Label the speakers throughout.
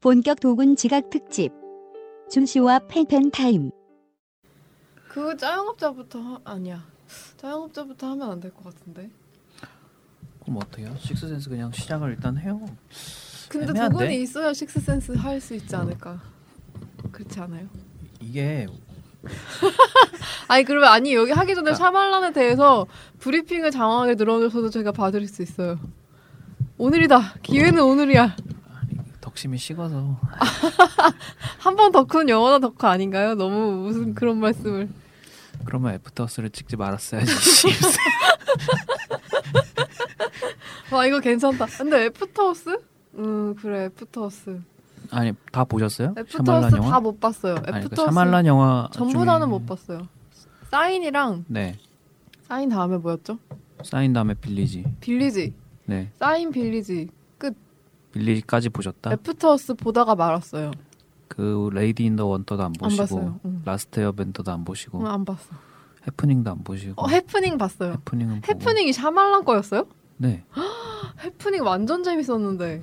Speaker 1: 본격 도군 지각 특집 준씨와 펜펜 타임
Speaker 2: 그 짜영업자부터 하- 아니야. 짜영업자부터 하면 안 될 것 같은데.
Speaker 3: 그럼 어때요? 식스센스 그냥 시작을 일단 해요.
Speaker 2: 근데
Speaker 3: 애매한데?
Speaker 2: 도건이 있어야 식스센스 할 수
Speaker 3: 어.
Speaker 2: 있지 않을까. 그렇지 않아요?
Speaker 3: 이게
Speaker 2: 아니 그러면 아니 여기 하기 전에
Speaker 3: 아.
Speaker 2: 샤말란에 대해서 브리핑을 장황하게 들어주셔도 제가 봐드릴 수 있어요. 오늘이다. 기회는 오늘이야.
Speaker 3: 덕심이 식어서
Speaker 2: 한 번 덕후는 영원한 덕후 아닌가요? 너무 무슨 그런 말씀을.
Speaker 3: 그러면 애프터스를 찍지 말았어야지.
Speaker 2: 와 이거 괜찮다. 근데 애프터호스? 음 그래 애프터호스.
Speaker 3: 아니 다 보셨어요?
Speaker 2: 애프터호스
Speaker 3: 영화?
Speaker 2: 다 못 봤어요.
Speaker 3: 아니 그
Speaker 2: 애프터호스
Speaker 3: 샤말란 영화
Speaker 2: 전부
Speaker 3: 중에-
Speaker 2: 다는 못 봤어요. 사인이랑
Speaker 3: 네
Speaker 2: 사인 다음에 뭐였죠?
Speaker 3: 사인 다음에 빌리지.
Speaker 2: 빌리지
Speaker 3: 네
Speaker 2: 사인 빌리지 끝
Speaker 3: 빌리지까지 보셨다.
Speaker 2: 애프터스 보다가 말았어요.
Speaker 3: 그 레이디 인더 원터도 안 보시고
Speaker 2: 봤어요. 응.
Speaker 3: 라스트 에어벤더도 안 보시고
Speaker 2: 응, 아, 안 봤어.
Speaker 3: 해프닝도 안 보시고
Speaker 2: 어 해프닝 봤어요.
Speaker 3: 해프닝은 보고.
Speaker 2: 해프닝이 샤말란 거였어요?
Speaker 3: 네.
Speaker 2: 해프닝 완전 재밌었는데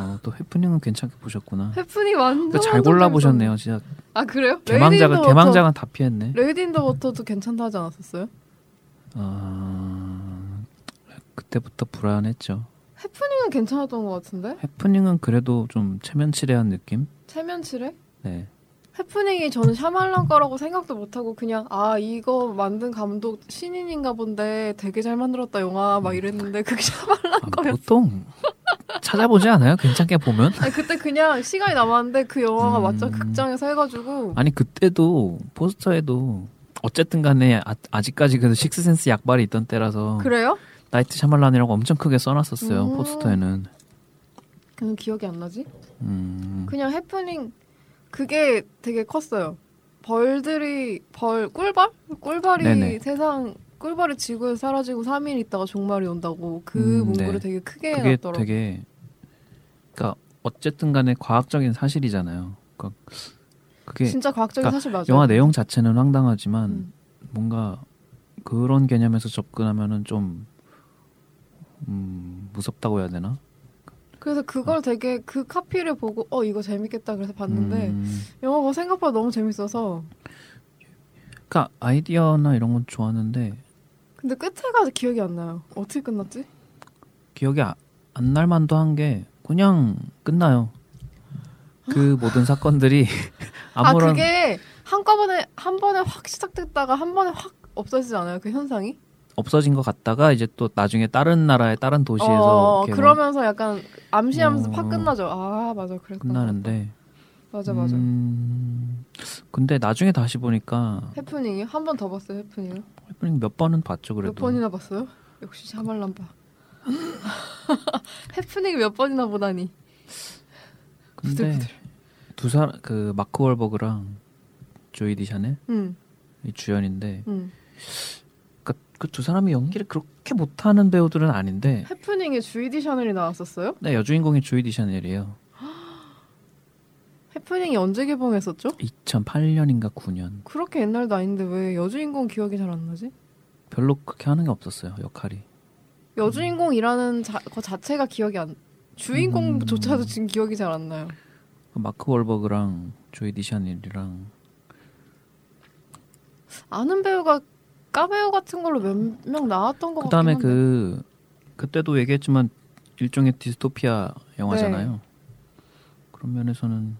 Speaker 3: 어, 또 해프닝은 괜찮게 보셨구나.
Speaker 2: 해프닝 완전
Speaker 3: 근데 잘
Speaker 2: 완전
Speaker 3: 골라 보셨네요. 진짜
Speaker 2: 재밌었는데. 아 그래요?
Speaker 3: 개망작은
Speaker 2: 레이디 인더
Speaker 3: 개망작은 다 피했네.
Speaker 2: 워터, 레이디 인더 워터도 괜찮다 하지 않았었어요?
Speaker 3: 아, 그때부터 불안했죠.
Speaker 2: 해프닝은 괜찮았던 것 같은데
Speaker 3: 해프닝은 그래도 좀 체면치레한 느낌?
Speaker 2: 체면치레?
Speaker 3: 네.
Speaker 2: 해프닝이 저는 샤말란 거라고 생각도 못하고 그냥 아 이거 만든 감독 신인인가 본데 되게 잘 만들었다 영화 막 이랬는데 그게 샤말란
Speaker 3: 아,
Speaker 2: 거였어.
Speaker 3: 보통 찾아보지 않아요? 괜찮게 보면?
Speaker 2: 아니 그때 그냥 시간이 남았는데 그 영화가
Speaker 3: 음.
Speaker 2: 맞죠 극장에서 해가지고
Speaker 3: 아니, 그때도 포스터에도 어쨌든 간에 아, 직까지 그래도 식스센스 약발이 있던 때라서
Speaker 2: 그래요?
Speaker 3: 나이트 샤말란이라고 엄청 크게 써놨었어요.
Speaker 2: 음.
Speaker 3: 포스터에는.
Speaker 2: 그냥 기억이 안 나지?
Speaker 3: 음,
Speaker 2: 그냥 해프닝 그게 되게 컸어요. 벌들이 벌 꿀벌 꿀벌이
Speaker 3: 네네.
Speaker 2: 세상 꿀벌이 지구에 사라지고 3일 있다가 종말이 온다고 그
Speaker 3: 음,
Speaker 2: 문구를
Speaker 3: 네.
Speaker 2: 되게 크게
Speaker 3: 그게
Speaker 2: 해놨더라고. 요
Speaker 3: 되게 그러니까 어쨌든 간에 과학적인 사실이잖아요. 그러니까 그게
Speaker 2: 진짜 과학적인
Speaker 3: 그러니까
Speaker 2: 사실 맞아요.
Speaker 3: 영화 내용 자체는 황당하지만
Speaker 2: 음.
Speaker 3: 뭔가 그런 개념에서 접근하면은 좀 음, 무섭다고 해야 되나?
Speaker 2: 그래서 그걸 되게 그 카피를 보고 어 이거 재밌겠다 그래서 봤는데
Speaker 3: 음,
Speaker 2: 영화가 생각보다 너무 재밌어서
Speaker 3: 그러니까 아이디어나 이런 건 좋았는데
Speaker 2: 근데 끝에가 기억이 안 나요. 어떻게 끝났지?
Speaker 3: 기억이 아- 안 날만도 한 게 그냥 끝나요. 그 모든 사건들이
Speaker 2: 아
Speaker 3: 아무런
Speaker 2: 그게 한꺼번에 한 번에 확 시작됐다가 한 번에 확 없어지지 않아요? 그 현상이?
Speaker 3: 없어진 것 같다가 이제 또 나중에 다른 나라의 다른 도시에서
Speaker 2: 어,
Speaker 3: 이렇게
Speaker 2: 그러면서 약간 암시하면서
Speaker 3: 어.
Speaker 2: 팍 끝나죠. 아 맞아 그랬구나.
Speaker 3: 끝나는데
Speaker 2: 맞아 맞아.
Speaker 3: 음, 근데 나중에 다시 보니까
Speaker 2: 해프닝이요? 한 번 더 봤어요 해프닝.
Speaker 3: 해프닝 몇 번은 봤죠 그래도
Speaker 2: 몇 번이나 봤어요? 역시 샤말란 봐. 해프닝 몇 번이나 보다니.
Speaker 3: 근데 두 사람 그 마크 월버그랑 조이 디샤넬
Speaker 2: 응
Speaker 3: 이 주연인데
Speaker 2: 응.
Speaker 3: 그러니까 그 두 사람이 연기를 그렇게 못하는 배우들은 아닌데
Speaker 2: 해프닝에 주이디 샤넬이 나왔었어요?
Speaker 3: 네, 여주인공이 조이 디샤넬이에요.
Speaker 2: 해프닝이 언제 개봉했었죠?
Speaker 3: 2008년인가 9년
Speaker 2: 그렇게 옛날도 아닌데 왜 여주인공 기억이 잘 안 나지?
Speaker 3: 별로 그렇게 하는 게 없었어요 역할이.
Speaker 2: 여주인공이라는 자, 그 자체가 기억이 안 주인공조차도 지금 기억이 잘 안 나요.
Speaker 3: 그 마크 월버그랑 조이 디샤넬이랑
Speaker 2: 아는 배우가 까배우 같은 걸로 몇 명 나왔던 것 같긴
Speaker 3: 그다음에
Speaker 2: 한데.
Speaker 3: 그 그때도 얘기했지만 일종의 디스토피아 영화잖아요. 그런 면에서는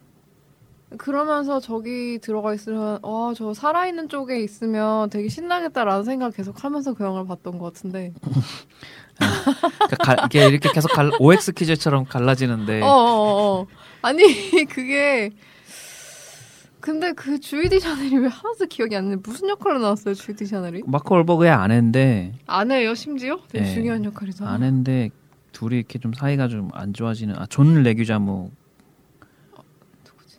Speaker 2: 그러면서 저기 들어가 있으면 와 저 살아있는 쪽에 있으면 되게 신나겠다라는 생각 계속 하면서 그 영화를 봤던 것 같은데
Speaker 3: 그러니까 가- 이게 이렇게 계속 갈, OX 퀴즈처럼 갈라지는데
Speaker 2: 어어어 어. 아니 그게 근데 그 주이디 샤넬이 왜 하나도 기억이 안 나요 무슨 역할로 나왔어요 주이디 샤넬이
Speaker 3: 마크 월버그의 아내인데
Speaker 2: 아내예요 심지어 되게
Speaker 3: 네.
Speaker 2: 중요한 역할이잖아
Speaker 3: 아는데 둘이 이렇게 좀 사이가 좀 안 좋아지는 아 존 레규자모
Speaker 2: 누구지?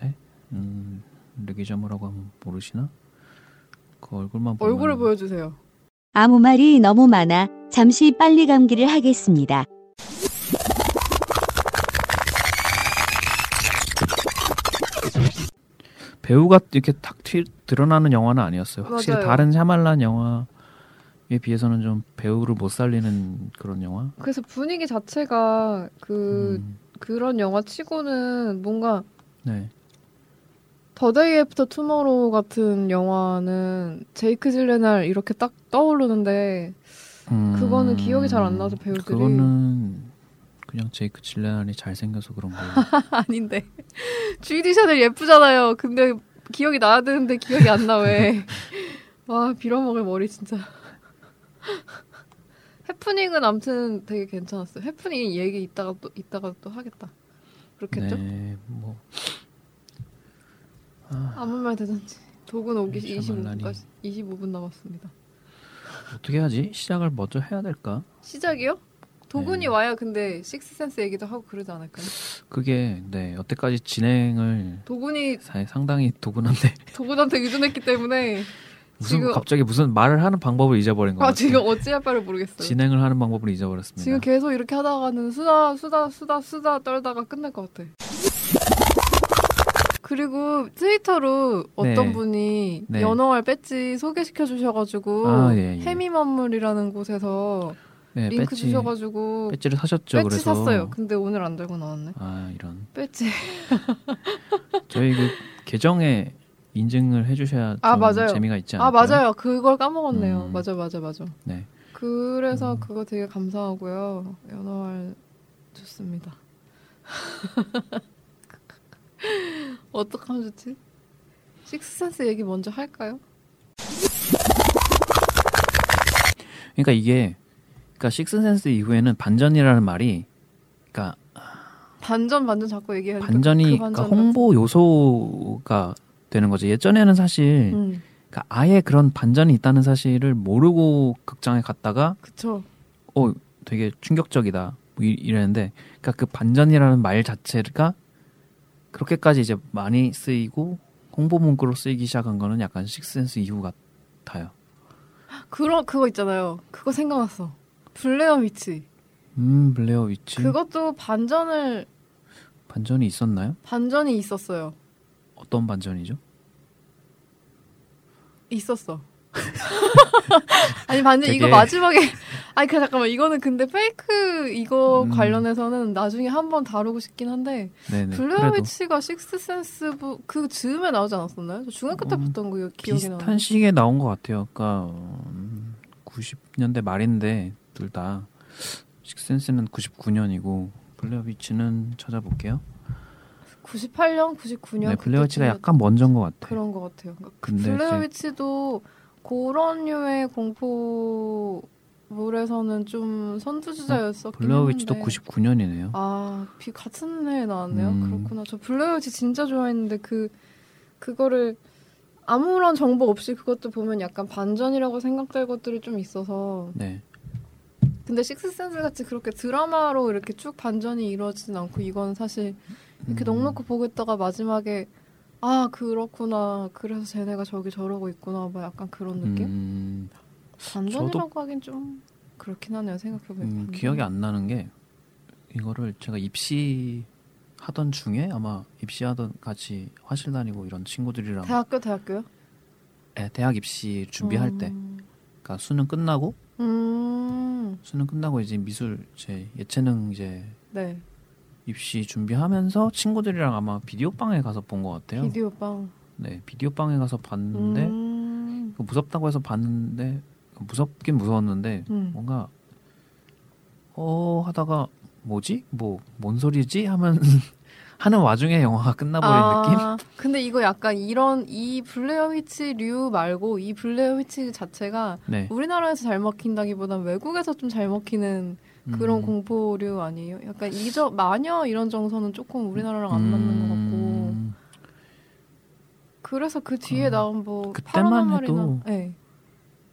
Speaker 3: 네? 음 레규자모라고 하면 모르시나? 그 얼굴만 보면
Speaker 2: 얼굴을 보여주세요
Speaker 1: 아무 말이 너무 많아 잠시 빨리 감기를 하겠습니다.
Speaker 3: 배우가 이렇게 탁 튀, 드러나는 영화는 아니었어요. 확실히
Speaker 2: 맞아요.
Speaker 3: 다른 샤말란 영화에 비해서는 좀 배우를 못 살리는 그런 영화.
Speaker 2: 그래서 분위기 자체가 그
Speaker 3: 음,
Speaker 2: 그런 영화 치고는 뭔가
Speaker 3: 네.
Speaker 2: 더데이 애프터 투모로우 같은 영화는 제이크 질레날 이렇게 딱 떠오르는데
Speaker 3: 음,
Speaker 2: 그거는 기억이 잘안 나서 배우들이.
Speaker 3: 그거는 그냥 제이크 질레날이 잘생겨서 그런 거예요.
Speaker 2: 아닌데 주이디 샤넬 예쁘잖아요. 근데 기억이 나야 되는데 기억이 안 나 왜? 와 빌어먹을 머리 진짜. 해프닝은 아무튼 되게 괜찮았어요. 해프닝 얘기 이따가 또 이따가 또 하겠다. 그렇겠죠?
Speaker 3: 네, 뭐
Speaker 2: 아무 말 대잔치. 독은 오기
Speaker 3: 네, 샤말란이.
Speaker 2: 25분까지 25분 남았습니다.
Speaker 3: 어떻게 하지? 시작을 먼저 해야 될까?
Speaker 2: 시작이요? 도군이
Speaker 3: 네.
Speaker 2: 와야 근데 식스센스 얘기도 하고 그러지 않을까요?
Speaker 3: 그게 네 여태까지 진행을
Speaker 2: 도군이
Speaker 3: 사- 상당히 도군한데
Speaker 2: 도군한테 의존했기 때문에
Speaker 3: 무슨
Speaker 2: 지금-
Speaker 3: 갑자기 무슨 말을 하는 방법을 잊어버린 것
Speaker 2: 아
Speaker 3: 같아요.
Speaker 2: 지금 어찌할 바를 모르겠어요.
Speaker 3: 진행을 네. 하는 방법을 잊어버렸습니다.
Speaker 2: 지금 계속 이렇게 하다가는 수다 수다 수다 수다 떨다가 끝날 것 같아. 그리고 트위터로 어떤
Speaker 3: 네.
Speaker 2: 분이
Speaker 3: 네.
Speaker 2: 연어알 배지 소개시켜 주셔가지고
Speaker 3: 아, 예, 예.
Speaker 2: 해미만물이라는 곳에서
Speaker 3: 네,
Speaker 2: 링크
Speaker 3: 배지,
Speaker 2: 주셔가지고
Speaker 3: 배지를 사셨죠?
Speaker 2: 배지
Speaker 3: 그렇죠, 그래서
Speaker 2: 샀어요. 근데 오늘 안 들고 나왔네.
Speaker 3: 아 이런
Speaker 2: 배지.
Speaker 3: 저희 그 계정에 인증을 해주셔야
Speaker 2: 아,
Speaker 3: 좀
Speaker 2: 맞아요.
Speaker 3: 재미가 있지 않을까요?
Speaker 2: 아 맞아요. 그걸 까먹었네요.
Speaker 3: 음.
Speaker 2: 맞아 맞아 맞아.
Speaker 3: 네.
Speaker 2: 그래서
Speaker 3: 음.
Speaker 2: 그거 되게 감사하고요. 연어알 좋습니다. 어떡하면 좋지? 식스센스 얘기 먼저 할까요?
Speaker 3: 그러니까 이게 그러니까 식스센스 이후에는 반전이라는 말이 그러니까
Speaker 2: 반전 반전 자꾸 얘기해야 돼.
Speaker 3: 반전이
Speaker 2: 그
Speaker 3: 그러니까
Speaker 2: 반전
Speaker 3: 홍보 요소가 되는 거죠. 예전에는 사실
Speaker 2: 음,
Speaker 3: 그러니까 아예 그런 반전이 있다는 사실을 모르고 극장에 갔다가
Speaker 2: 그쵸.
Speaker 3: 어 되게 충격적이다 뭐 이- 이랬는데 그러니까 그 반전이라는 말 자체가 그렇게까지 이제 많이 쓰이고 홍보 문구로 쓰이기 시작한 거는 약간 식스센스 이후 같아요.
Speaker 2: 그런 그거 있잖아요. 그거 생각났어. 블레어 위치.
Speaker 3: 음 블레어 위치
Speaker 2: 그것도 반전을
Speaker 3: 반전이 있었나요?
Speaker 2: 반전이 있었어요.
Speaker 3: 어떤 반전이죠?
Speaker 2: 있었어. 아니 반전 이거
Speaker 3: 되게-
Speaker 2: 마지막에 아니 그 잠깐만 이거는 근데 페이크 이거
Speaker 3: 음.
Speaker 2: 관련해서는 나중에 한번 다루고 싶긴 한데
Speaker 3: 네네 그래도
Speaker 2: 블레어위치가 식스 센스 그 즈음에 나오지 않았었나요? 저 중학교 때
Speaker 3: 음,
Speaker 2: 봤던 거 기억이 나요.
Speaker 3: 비슷한 시기에 나온 것 같아요. 그러니까 음, 90년대 말인데 둘 다 식센스는 99년이고 블레어 위치는 찾아볼게요.
Speaker 2: 98년, 99년.
Speaker 3: 네, 블레어 위치가 약간 먼저인 것 같아요.
Speaker 2: 그런 것 같아요. 그러니까 그
Speaker 3: 근데
Speaker 2: 블레어위치도 그런 류의 공포물에서는 좀 선두주자였었긴
Speaker 3: 블레어 위치도
Speaker 2: 했는데.
Speaker 3: 99년이네요.
Speaker 2: 아, 비 같은 해에 나왔네요.
Speaker 3: 음.
Speaker 2: 그렇구나. 저 블레어위치 진짜 좋아했는데 그 그거를 아무런 정보 없이 그것도 보면 약간 반전이라고 생각될 것들이 좀 있어서
Speaker 3: 네,
Speaker 2: 근데 식스센스 같이 그렇게 드라마로 이렇게 쭉 반전이 이루어지진 않고 이건 사실 이렇게
Speaker 3: 음.
Speaker 2: 넉넉히 보고 있다가 마지막에 아 그렇구나 그래서 쟤네가 저기 저러고 있구나 막 약간 그런 느낌
Speaker 3: 음,
Speaker 2: 반전이라고 하긴 좀 그렇긴 하네요 생각해보니까
Speaker 3: 음,
Speaker 2: 반전.
Speaker 3: 기억이 안 나는 게 이거를 제가 입시 하던 중에 아마 입시하던 같이 화실 다니고 이런 친구들이랑
Speaker 2: 대학교 대학교요
Speaker 3: 네, 대학 입시 준비할 때,
Speaker 2: 음.
Speaker 3: 그러니까 수능 끝나고
Speaker 2: 음,
Speaker 3: 수능 끝나고 이제 미술 제 예체능 이제
Speaker 2: 네
Speaker 3: 입시 준비하면서 친구들이랑 아마 비디오 방에 가서 본 것 같아요.
Speaker 2: 비디오 빵
Speaker 3: 네, 비디오 방에 가서 봤는데
Speaker 2: 음.
Speaker 3: 그거 무섭다고 해서 봤는데 무섭긴 무서웠는데
Speaker 2: 음.
Speaker 3: 뭔가 어 하다가 뭐지 뭐 뭔 소리지 하면 하는 와중에 영화가 끝나버린
Speaker 2: 아,
Speaker 3: 느낌.
Speaker 2: 근데 이거 약간 이런 이 블레어 위치류 말고 이 블레어 위치 자체가
Speaker 3: 네,
Speaker 2: 우리나라에서 잘 먹힌다기보단 외국에서 좀 잘 먹히는 그런
Speaker 3: 음.
Speaker 2: 공포류 아니에요? 약간 이저 마녀 이런 정서는 조금 우리나라랑 안 맞는 것 같고
Speaker 3: 음,
Speaker 2: 그래서 그 뒤에
Speaker 3: 음.
Speaker 2: 나온 뭐
Speaker 3: 그때만
Speaker 2: 파라노말이나-
Speaker 3: 해도-
Speaker 2: 네.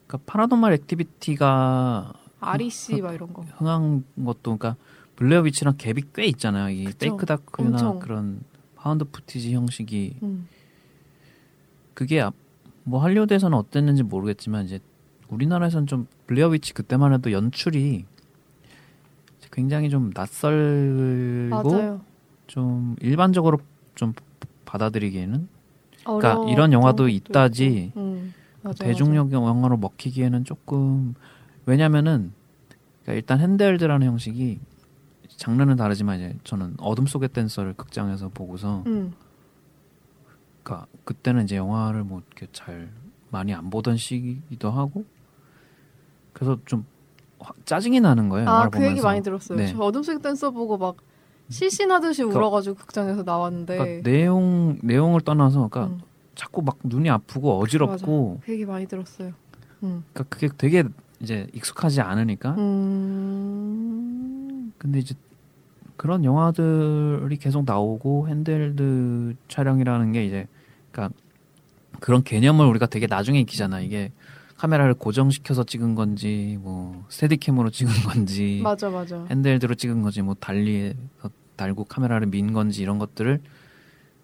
Speaker 3: 그러니까 파라노말 액티비티가
Speaker 2: 아리씨 막 이런 거
Speaker 3: 흥한 것도 그러니까 블레어 위치랑 갭이 꽤 있잖아요. 이
Speaker 2: 그쵸.
Speaker 3: 페이크 다큐나
Speaker 2: 엄청.
Speaker 3: 그런 파운드 푸티지 형식이
Speaker 2: 음.
Speaker 3: 그게 앞- 뭐 할리우드에서는 어땠는지 모르겠지만 이제 우리나라에서는 좀 블레어 위치 그때만 해도 연출이 굉장히 좀 낯설고
Speaker 2: 맞아요
Speaker 3: 좀 일반적으로 좀 받아들이기에는 그러니까
Speaker 2: 어려웠던
Speaker 3: 이런 영화도
Speaker 2: 것도
Speaker 3: 있다지
Speaker 2: 있고. 음. 맞아요, 맞아요.
Speaker 3: 대중력 영화로 먹히기에는 조금 왜냐면은 그러니까 일단 핸드헬드라는 형식이 장르는 다르지만 이제 저는 어둠 속의 댄서를 극장에서 보고서
Speaker 2: 음.
Speaker 3: 그러니까 그때는 이제 영화를 뭐 이렇게 잘 많이 안 보던 시기도 하고 그래서 좀 화- 짜증이 나는 거예요.
Speaker 2: 아,
Speaker 3: 영화를
Speaker 2: 그
Speaker 3: 네, 보면서.
Speaker 2: 얘기 많이 들었어요.
Speaker 3: 네. 음.
Speaker 2: 저 어둠 속 댄서 보고 막 실신하듯이
Speaker 3: 그러니까-
Speaker 2: 울어가지고 극장에서 나왔는데
Speaker 3: 그러니까 내용 내용을 떠나서 그러니까
Speaker 2: 네. 음,
Speaker 3: 자꾸 막 눈이 아프고 어지럽고
Speaker 2: 그 얘기 많이 들었어요. 음.
Speaker 3: 그러니까 그게 되게 이제 익숙하지 않으니까
Speaker 2: 음.
Speaker 3: 근데 이제 그런 영화들이 계속 나오고 핸델드 촬영이라는 게 이제 그러니까 그런 개념을 우리가 되게 나중에 익히잖아 이게 카메라를 고정시켜서 찍은 건지 뭐 스테디캠으로 찍은 건지
Speaker 2: 맞아 맞아.
Speaker 3: 핸들드로 찍은 건지 뭐 달리에서 달고 카메라를 민 건지 이런 것들을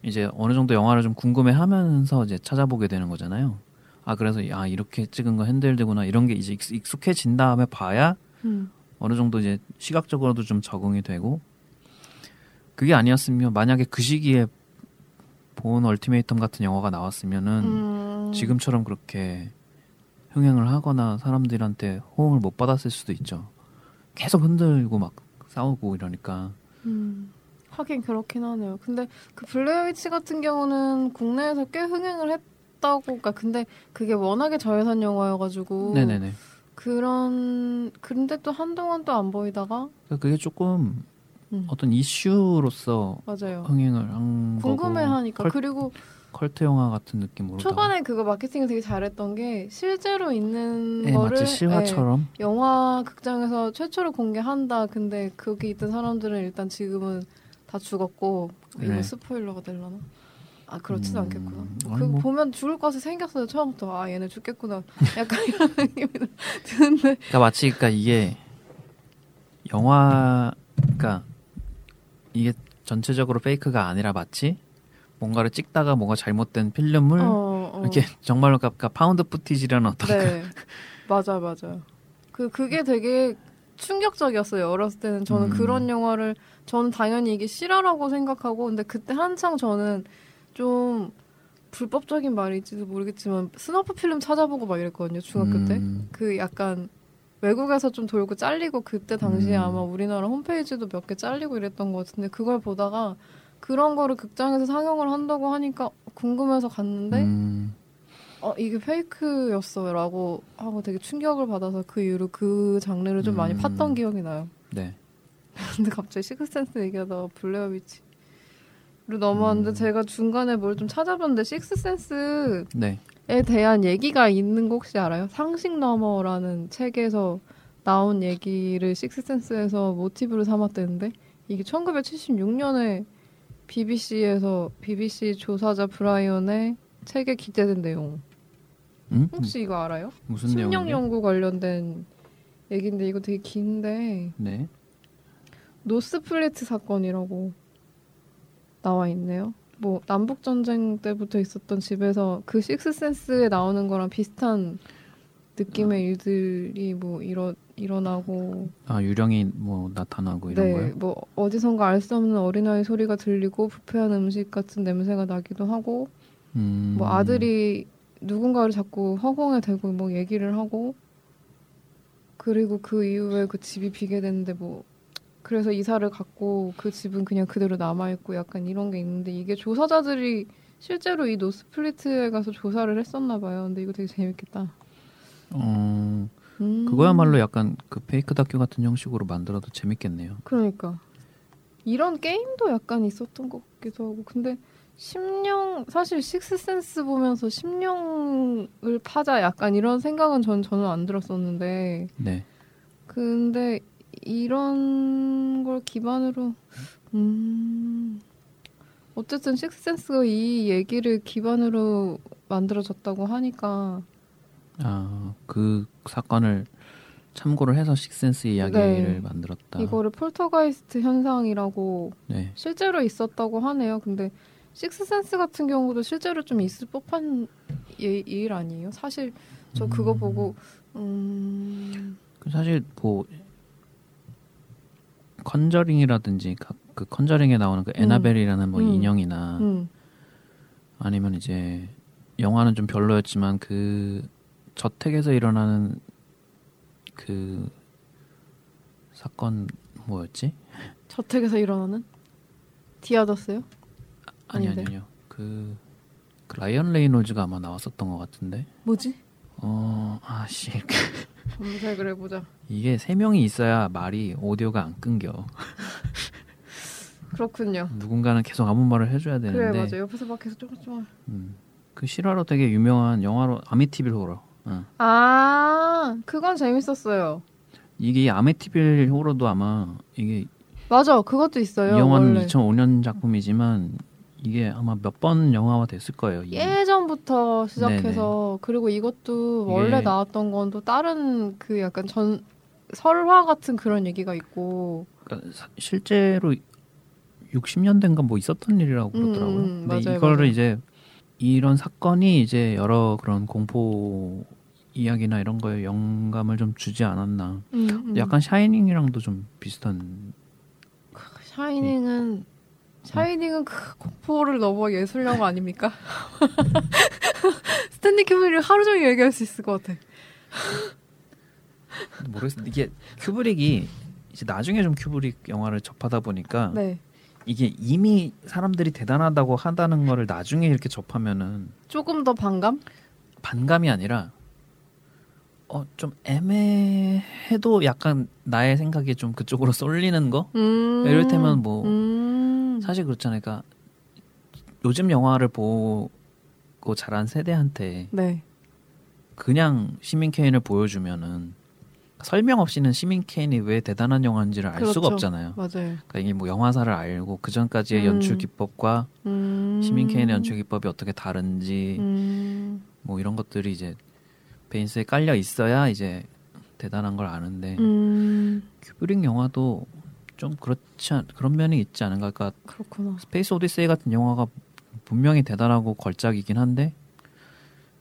Speaker 3: 이제 어느 정도 영화를 좀 궁금해하면서 이제 찾아보게 되는 거잖아요. 아 그래서 아 이렇게 찍은 거 핸들드구나 이런 게 이제 익- 익숙해진 다음에 봐야
Speaker 2: 음.
Speaker 3: 어느 정도 이제 시각적으로도 좀 적응이 되고 그게 아니었으면 만약에 그 시기에 본 얼티메이텀 같은 영화가 나왔으면은
Speaker 2: 음.
Speaker 3: 지금처럼 그렇게 흥행을 하거나 사람들한테 호응을 못 받았을 수도 있죠. 계속 흔들고 막 싸우고 이러니까
Speaker 2: 음, 하긴 그렇긴 하네요. 근데 그 블랙위치 같은 경우는 국내에서 꽤 흥행을 했다고, 그러니까 근데 그게 워낙에 저예산 영화여가지고
Speaker 3: 네네네.
Speaker 2: 그런 근데 또 한동안 또 안 보이다가
Speaker 3: 그러니까 그게 조금
Speaker 2: 음.
Speaker 3: 어떤 이슈로서
Speaker 2: 맞아요.
Speaker 3: 흥행을 한 거고
Speaker 2: 궁금해하니까
Speaker 3: 컬,
Speaker 2: 그리고
Speaker 3: 컬트 영화 같은 느낌으로
Speaker 2: 초반에 그거 마케팅을 되게 잘했던 게 실제로 있는
Speaker 3: 네,
Speaker 2: 거를
Speaker 3: 마치 실화처럼
Speaker 2: 예, 영화 극장에서 최초로 공개한다. 근데 거기 있던 사람들은 일단 지금은 다 죽었고 이거
Speaker 3: 네.
Speaker 2: 스포일러가 되려나? 아 그렇진
Speaker 3: 음,
Speaker 2: 않겠구나. 뭐
Speaker 3: 아니,
Speaker 2: 그거
Speaker 3: 뭐.
Speaker 2: 보면 죽을 것 같이 생겼어요 처음부터. 아 얘네 죽겠구나. 약간 이런 느낌이 드는데.
Speaker 3: 그러니까 마치 그러니까 이게 영화 그러니까 이게 전체적으로 페이크가 아니라 마치 뭔가를 찍다가 뭐가 잘못된 필름을
Speaker 2: 어, 어.
Speaker 3: 이렇게 정말로 그러니까 파운드 푸티지라는 어떤
Speaker 2: 네 맞아 맞아. 그 그게 되게 충격적이었어요. 어렸을 때는 저는
Speaker 3: 음.
Speaker 2: 그런 영화를 저는 당연히 이게 실화라고 생각하고 근데 그때 한창 저는 좀 불법적인 말일지도 모르겠지만 스너프 필름 찾아보고 막 이랬거든요 중학교 때.
Speaker 3: 음,
Speaker 2: 그 약간 외국에서 좀 돌고 잘리고 그때 당시에
Speaker 3: 음.
Speaker 2: 아마 우리나라 홈페이지도 몇 개 잘리고 이랬던 것 같은데 그걸 보다가 그런 거를 극장에서 상영을 한다고 하니까 궁금해서 갔는데
Speaker 3: 음,
Speaker 2: 어 이게 페이크였어라고 하고 되게 충격을 받아서 그 이후로 그 장르를 좀 많이
Speaker 3: 음.
Speaker 2: 팠던 기억이 나요.
Speaker 3: 네.
Speaker 2: 근데 갑자기 식스센스 얘기하다가 블레어 위치로 넘어왔는데
Speaker 3: 음.
Speaker 2: 제가 중간에 뭘 좀 찾아봤는데 식스센스
Speaker 3: 네.
Speaker 2: 에 대한 얘기가 있는 거 혹시 알아요? 상식 너머라는 책에서 나온 얘기를 식스센스에서 모티브를 삼았대는데 이게 1976년에 BBC에서 BBC 조사자 브라이언의 책에 기재된 내용
Speaker 3: 음?
Speaker 2: 혹시 이거 알아요?
Speaker 3: 무슨
Speaker 2: 심령
Speaker 3: 내용이요?
Speaker 2: 연구 관련된 얘기인데 이거 되게 긴데
Speaker 3: 네.
Speaker 2: 노스플리트 사건이라고 나와 있네요. 뭐 남북 전쟁 때부터 있었던 집에서 그 식스센스에 나오는 거랑 비슷한 느낌의
Speaker 3: 음.
Speaker 2: 일들이 뭐 일어 일어나고
Speaker 3: 아 유령이 뭐 나타나고 이런
Speaker 2: 네
Speaker 3: 거요?
Speaker 2: 뭐 어디선가 알 수 없는 어린아이 소리가 들리고 부패한 음식 같은 냄새가 나기도 하고
Speaker 3: 음,
Speaker 2: 뭐 아들이 누군가를 자꾸 허공에 대고 뭐 얘기를 하고 그리고 그 이후에 그 집이 비게 됐는데 뭐 그래서 이사를 갔고 그 집은 그냥 그대로 남아 있고 약간 이런 게 있는데 이게 조사자들이 실제로 이 노스플리트에 가서 조사를 했었나 봐요. 근데 이거 되게 재밌겠다.
Speaker 3: 어,
Speaker 2: 음.
Speaker 3: 그거야말로 약간 그 페이크 다큐 같은 형식으로 만들어도 재밌겠네요.
Speaker 2: 그러니까 이런 게임도 약간 있었던 것 같기도 하고 근데 심령 사실 식스센스 보면서 심령을 파자 약간 이런 생각은 전 저는 안 들었었는데
Speaker 3: 네.
Speaker 2: 근데 이런 걸 기반으로 음 어쨌든 식스센스가 이 얘기를 기반으로 만들어졌다고 하니까
Speaker 3: 아그 사건을 참고를 해서 식센스 이야기를
Speaker 2: 네.
Speaker 3: 만들었다.
Speaker 2: 이거를 폴터가이스트 현상이라고
Speaker 3: 네.
Speaker 2: 실제로 있었다고 하네요. 근데 식스센스 같은 경우도 실제로 좀 있을 법한 예- 일 아니에요? 사실 저 그거
Speaker 3: 음.
Speaker 2: 보고 음...
Speaker 3: 그 사실 뭐 컨저링이라든지 각- 그 컨저링에 나오는 그
Speaker 2: 음.
Speaker 3: 에나벨이라는 뭐
Speaker 2: 음.
Speaker 3: 인형이나
Speaker 2: 음,
Speaker 3: 아니면 이제 영화는 좀 별로였지만 그 저택에서 일어나는 그 사건 뭐였지?
Speaker 2: 저택에서 일어나는 디아더스요?
Speaker 3: 아니
Speaker 2: 아닌데.
Speaker 3: 아니요. 그, 그 라이언 레이놀즈가 아마 나왔었던 것 같은데.
Speaker 2: 뭐지?
Speaker 3: 어, 아씨.
Speaker 2: 검색을 해보자.
Speaker 3: 이게 세 명이 있어야 말이 오디오가 안 끊겨.
Speaker 2: 그렇군요.
Speaker 3: 누군가는 계속 아무 말을 해줘야 되는데.
Speaker 2: 그래 맞아. 옆에서 막 계속 조금 조금.
Speaker 3: 음, 그 실화로 되게 유명한 영화로 아미티빌 호러. 어. 응.
Speaker 2: 아 그건 재밌었어요.
Speaker 3: 이게 이 아미티빌 호러도 아마 이게
Speaker 2: 맞아. 그것도 있어요.
Speaker 3: 이 영화는
Speaker 2: 네, 원래.
Speaker 3: 2005년 작품이지만 이게 아마 몇 번 영화화 됐을 거예요. 이
Speaker 2: 예전부터 시작해서 그리고 이것도 원래
Speaker 3: 이게-
Speaker 2: 나왔던 건 또 다른 그 약간 전 설화 같은 그런 얘기가 있고
Speaker 3: 그러니까 사- 실제로 60년대인가 뭐 있었던 일이라고
Speaker 2: 음,
Speaker 3: 그러더라고요.
Speaker 2: 음,
Speaker 3: 근데
Speaker 2: 맞아요,
Speaker 3: 이거를
Speaker 2: 맞아요.
Speaker 3: 이제 이런 사건이 이제 여러 그런 공포 이야기나 이런 거에 영감을 좀 주지 않았나.
Speaker 2: 음, 음.
Speaker 3: 약간 샤이닝이랑도 좀 비슷한. 음.
Speaker 2: 샤이닝은 샤이닝은 그 공포를 넘어 예술 영화 아닙니까? 스탠리 큐브릭 하루 종일 얘기할 수 있을 것 같아.
Speaker 3: 모르겠어. 이게 큐브릭이 이제 나중에 좀 큐브릭 영화를 접하다 보니까
Speaker 2: 네.
Speaker 3: 이게 이미 사람들이 대단하다고 한다는 거를 나중에 이렇게 접하면은
Speaker 2: 조금 더 반감?
Speaker 3: 반감이 아니라 어 좀 애매해도 약간 나의 생각이 좀 그쪽으로 쏠리는 거
Speaker 2: 음.
Speaker 3: 이를테면 뭐
Speaker 2: 음.
Speaker 3: 사실 그렇잖아요. 그러니까 요즘 영화를 보고 자란 세대한테
Speaker 2: 네.
Speaker 3: 그냥 시민 케인을 보여주면은 설명 없이는 시민 케인이 왜 대단한 영화인지를 알 수가
Speaker 2: 그렇죠.
Speaker 3: 없잖아요.
Speaker 2: 맞아요.
Speaker 3: 그러니까 이게 뭐 영화사를 알고 그 전까지의
Speaker 2: 음.
Speaker 3: 연출 기법과
Speaker 2: 음.
Speaker 3: 시민 케인의 연출 기법이 어떻게 다른지
Speaker 2: 음.
Speaker 3: 뭐 이런 것들이 이제 베인스에 깔려 있어야 이제 대단한 걸 아는데
Speaker 2: 음.
Speaker 3: 큐브릭 영화도 좀 그렇지 않, 그런 면이 있지 않은가 그러니까
Speaker 2: 그렇구나.
Speaker 3: 스페이스 오디세이 같은 영화가 분명히 대단하고 걸작이긴 한데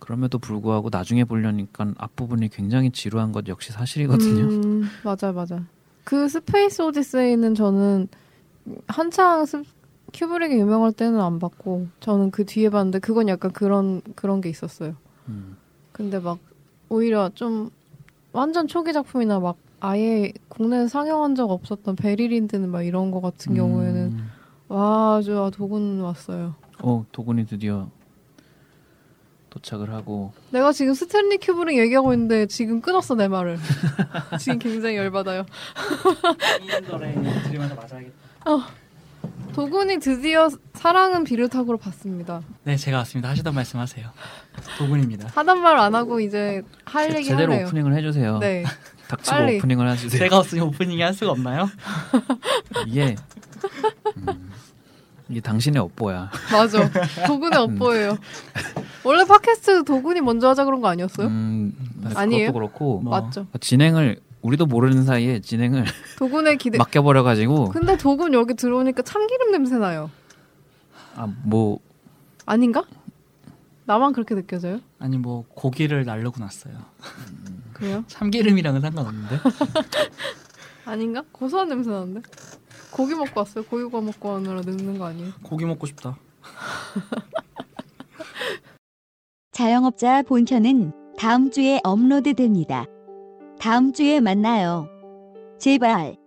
Speaker 3: 그럼에도 불구하고 나중에 보려니까 앞부분이 굉장히 지루한 것 역시 사실이거든요.
Speaker 2: 음, 맞아 맞아. 그 스페이스 오디세이는 저는 한창 스, 큐브릭이 유명할 때는 안 봤고 저는 그 뒤에 봤는데 그건 약간 그런 그런 게 있었어요.
Speaker 3: 음.
Speaker 2: 근데 막 오히려 좀 완전 초기 작품이나 막 아예 국내에 상영한 적 없었던 베리린드는 막 이런 거 같은 경우에는
Speaker 3: 음.
Speaker 2: 와, 저 도군 왔어요.
Speaker 3: 어 도군이 드디어 도착을 하고
Speaker 2: 내가 지금 스탠리 큐브릭 얘기하고 있는데 지금 끊었어 내 말을. 지금 굉장히 열받아요. 어, 도군이 드디어 사랑은 비루타고로 봤습니다.
Speaker 4: 네, 제가 왔습니다. 하시던 말씀하세요. 도군입니다.
Speaker 2: 하단 말 안 하고 이제 할
Speaker 3: 제-
Speaker 2: 얘기
Speaker 3: 제대로
Speaker 2: 하네요.
Speaker 3: 오프닝을 해주세요.
Speaker 2: 네,
Speaker 3: 닥치고
Speaker 2: 빨리.
Speaker 3: 오프닝을 해주세요.
Speaker 4: 제가 없으면 오프닝이 할 수가 없나요?
Speaker 3: 이게 음, 이게 당신의 업보야.
Speaker 2: 맞아. 도군의
Speaker 3: 음.
Speaker 2: 업보예요. 원래 팟캐스트 도군이 먼저 하자 그런 거 아니었어요?
Speaker 3: 음,
Speaker 2: 아니에요?
Speaker 3: 그것도 그렇고
Speaker 4: 뭐.
Speaker 2: 맞죠.
Speaker 3: 진행을 우리도 모르는 사이에 진행을
Speaker 2: 도군의 기대.
Speaker 3: 맡겨버려 가지고
Speaker 2: 근데 도군 여기 들어오니까 참기름 냄새 나요.
Speaker 3: 아뭐
Speaker 2: 아닌가? 나만 그렇게 느껴져요?
Speaker 4: 아니 뭐 고기를 날르고 났어요.
Speaker 2: 그래요?
Speaker 4: 참기름이랑은 상관없는데.
Speaker 2: 아닌가? 고소한 냄새 나는데? 고기 먹고 왔어요? 고기 구워 먹고 오느라 늙는 거 아니에요?
Speaker 4: 고기 먹고 싶다.
Speaker 1: 자영업자 본편은 다음 주에 업로드됩니다. 다음 주에 만나요. 제발.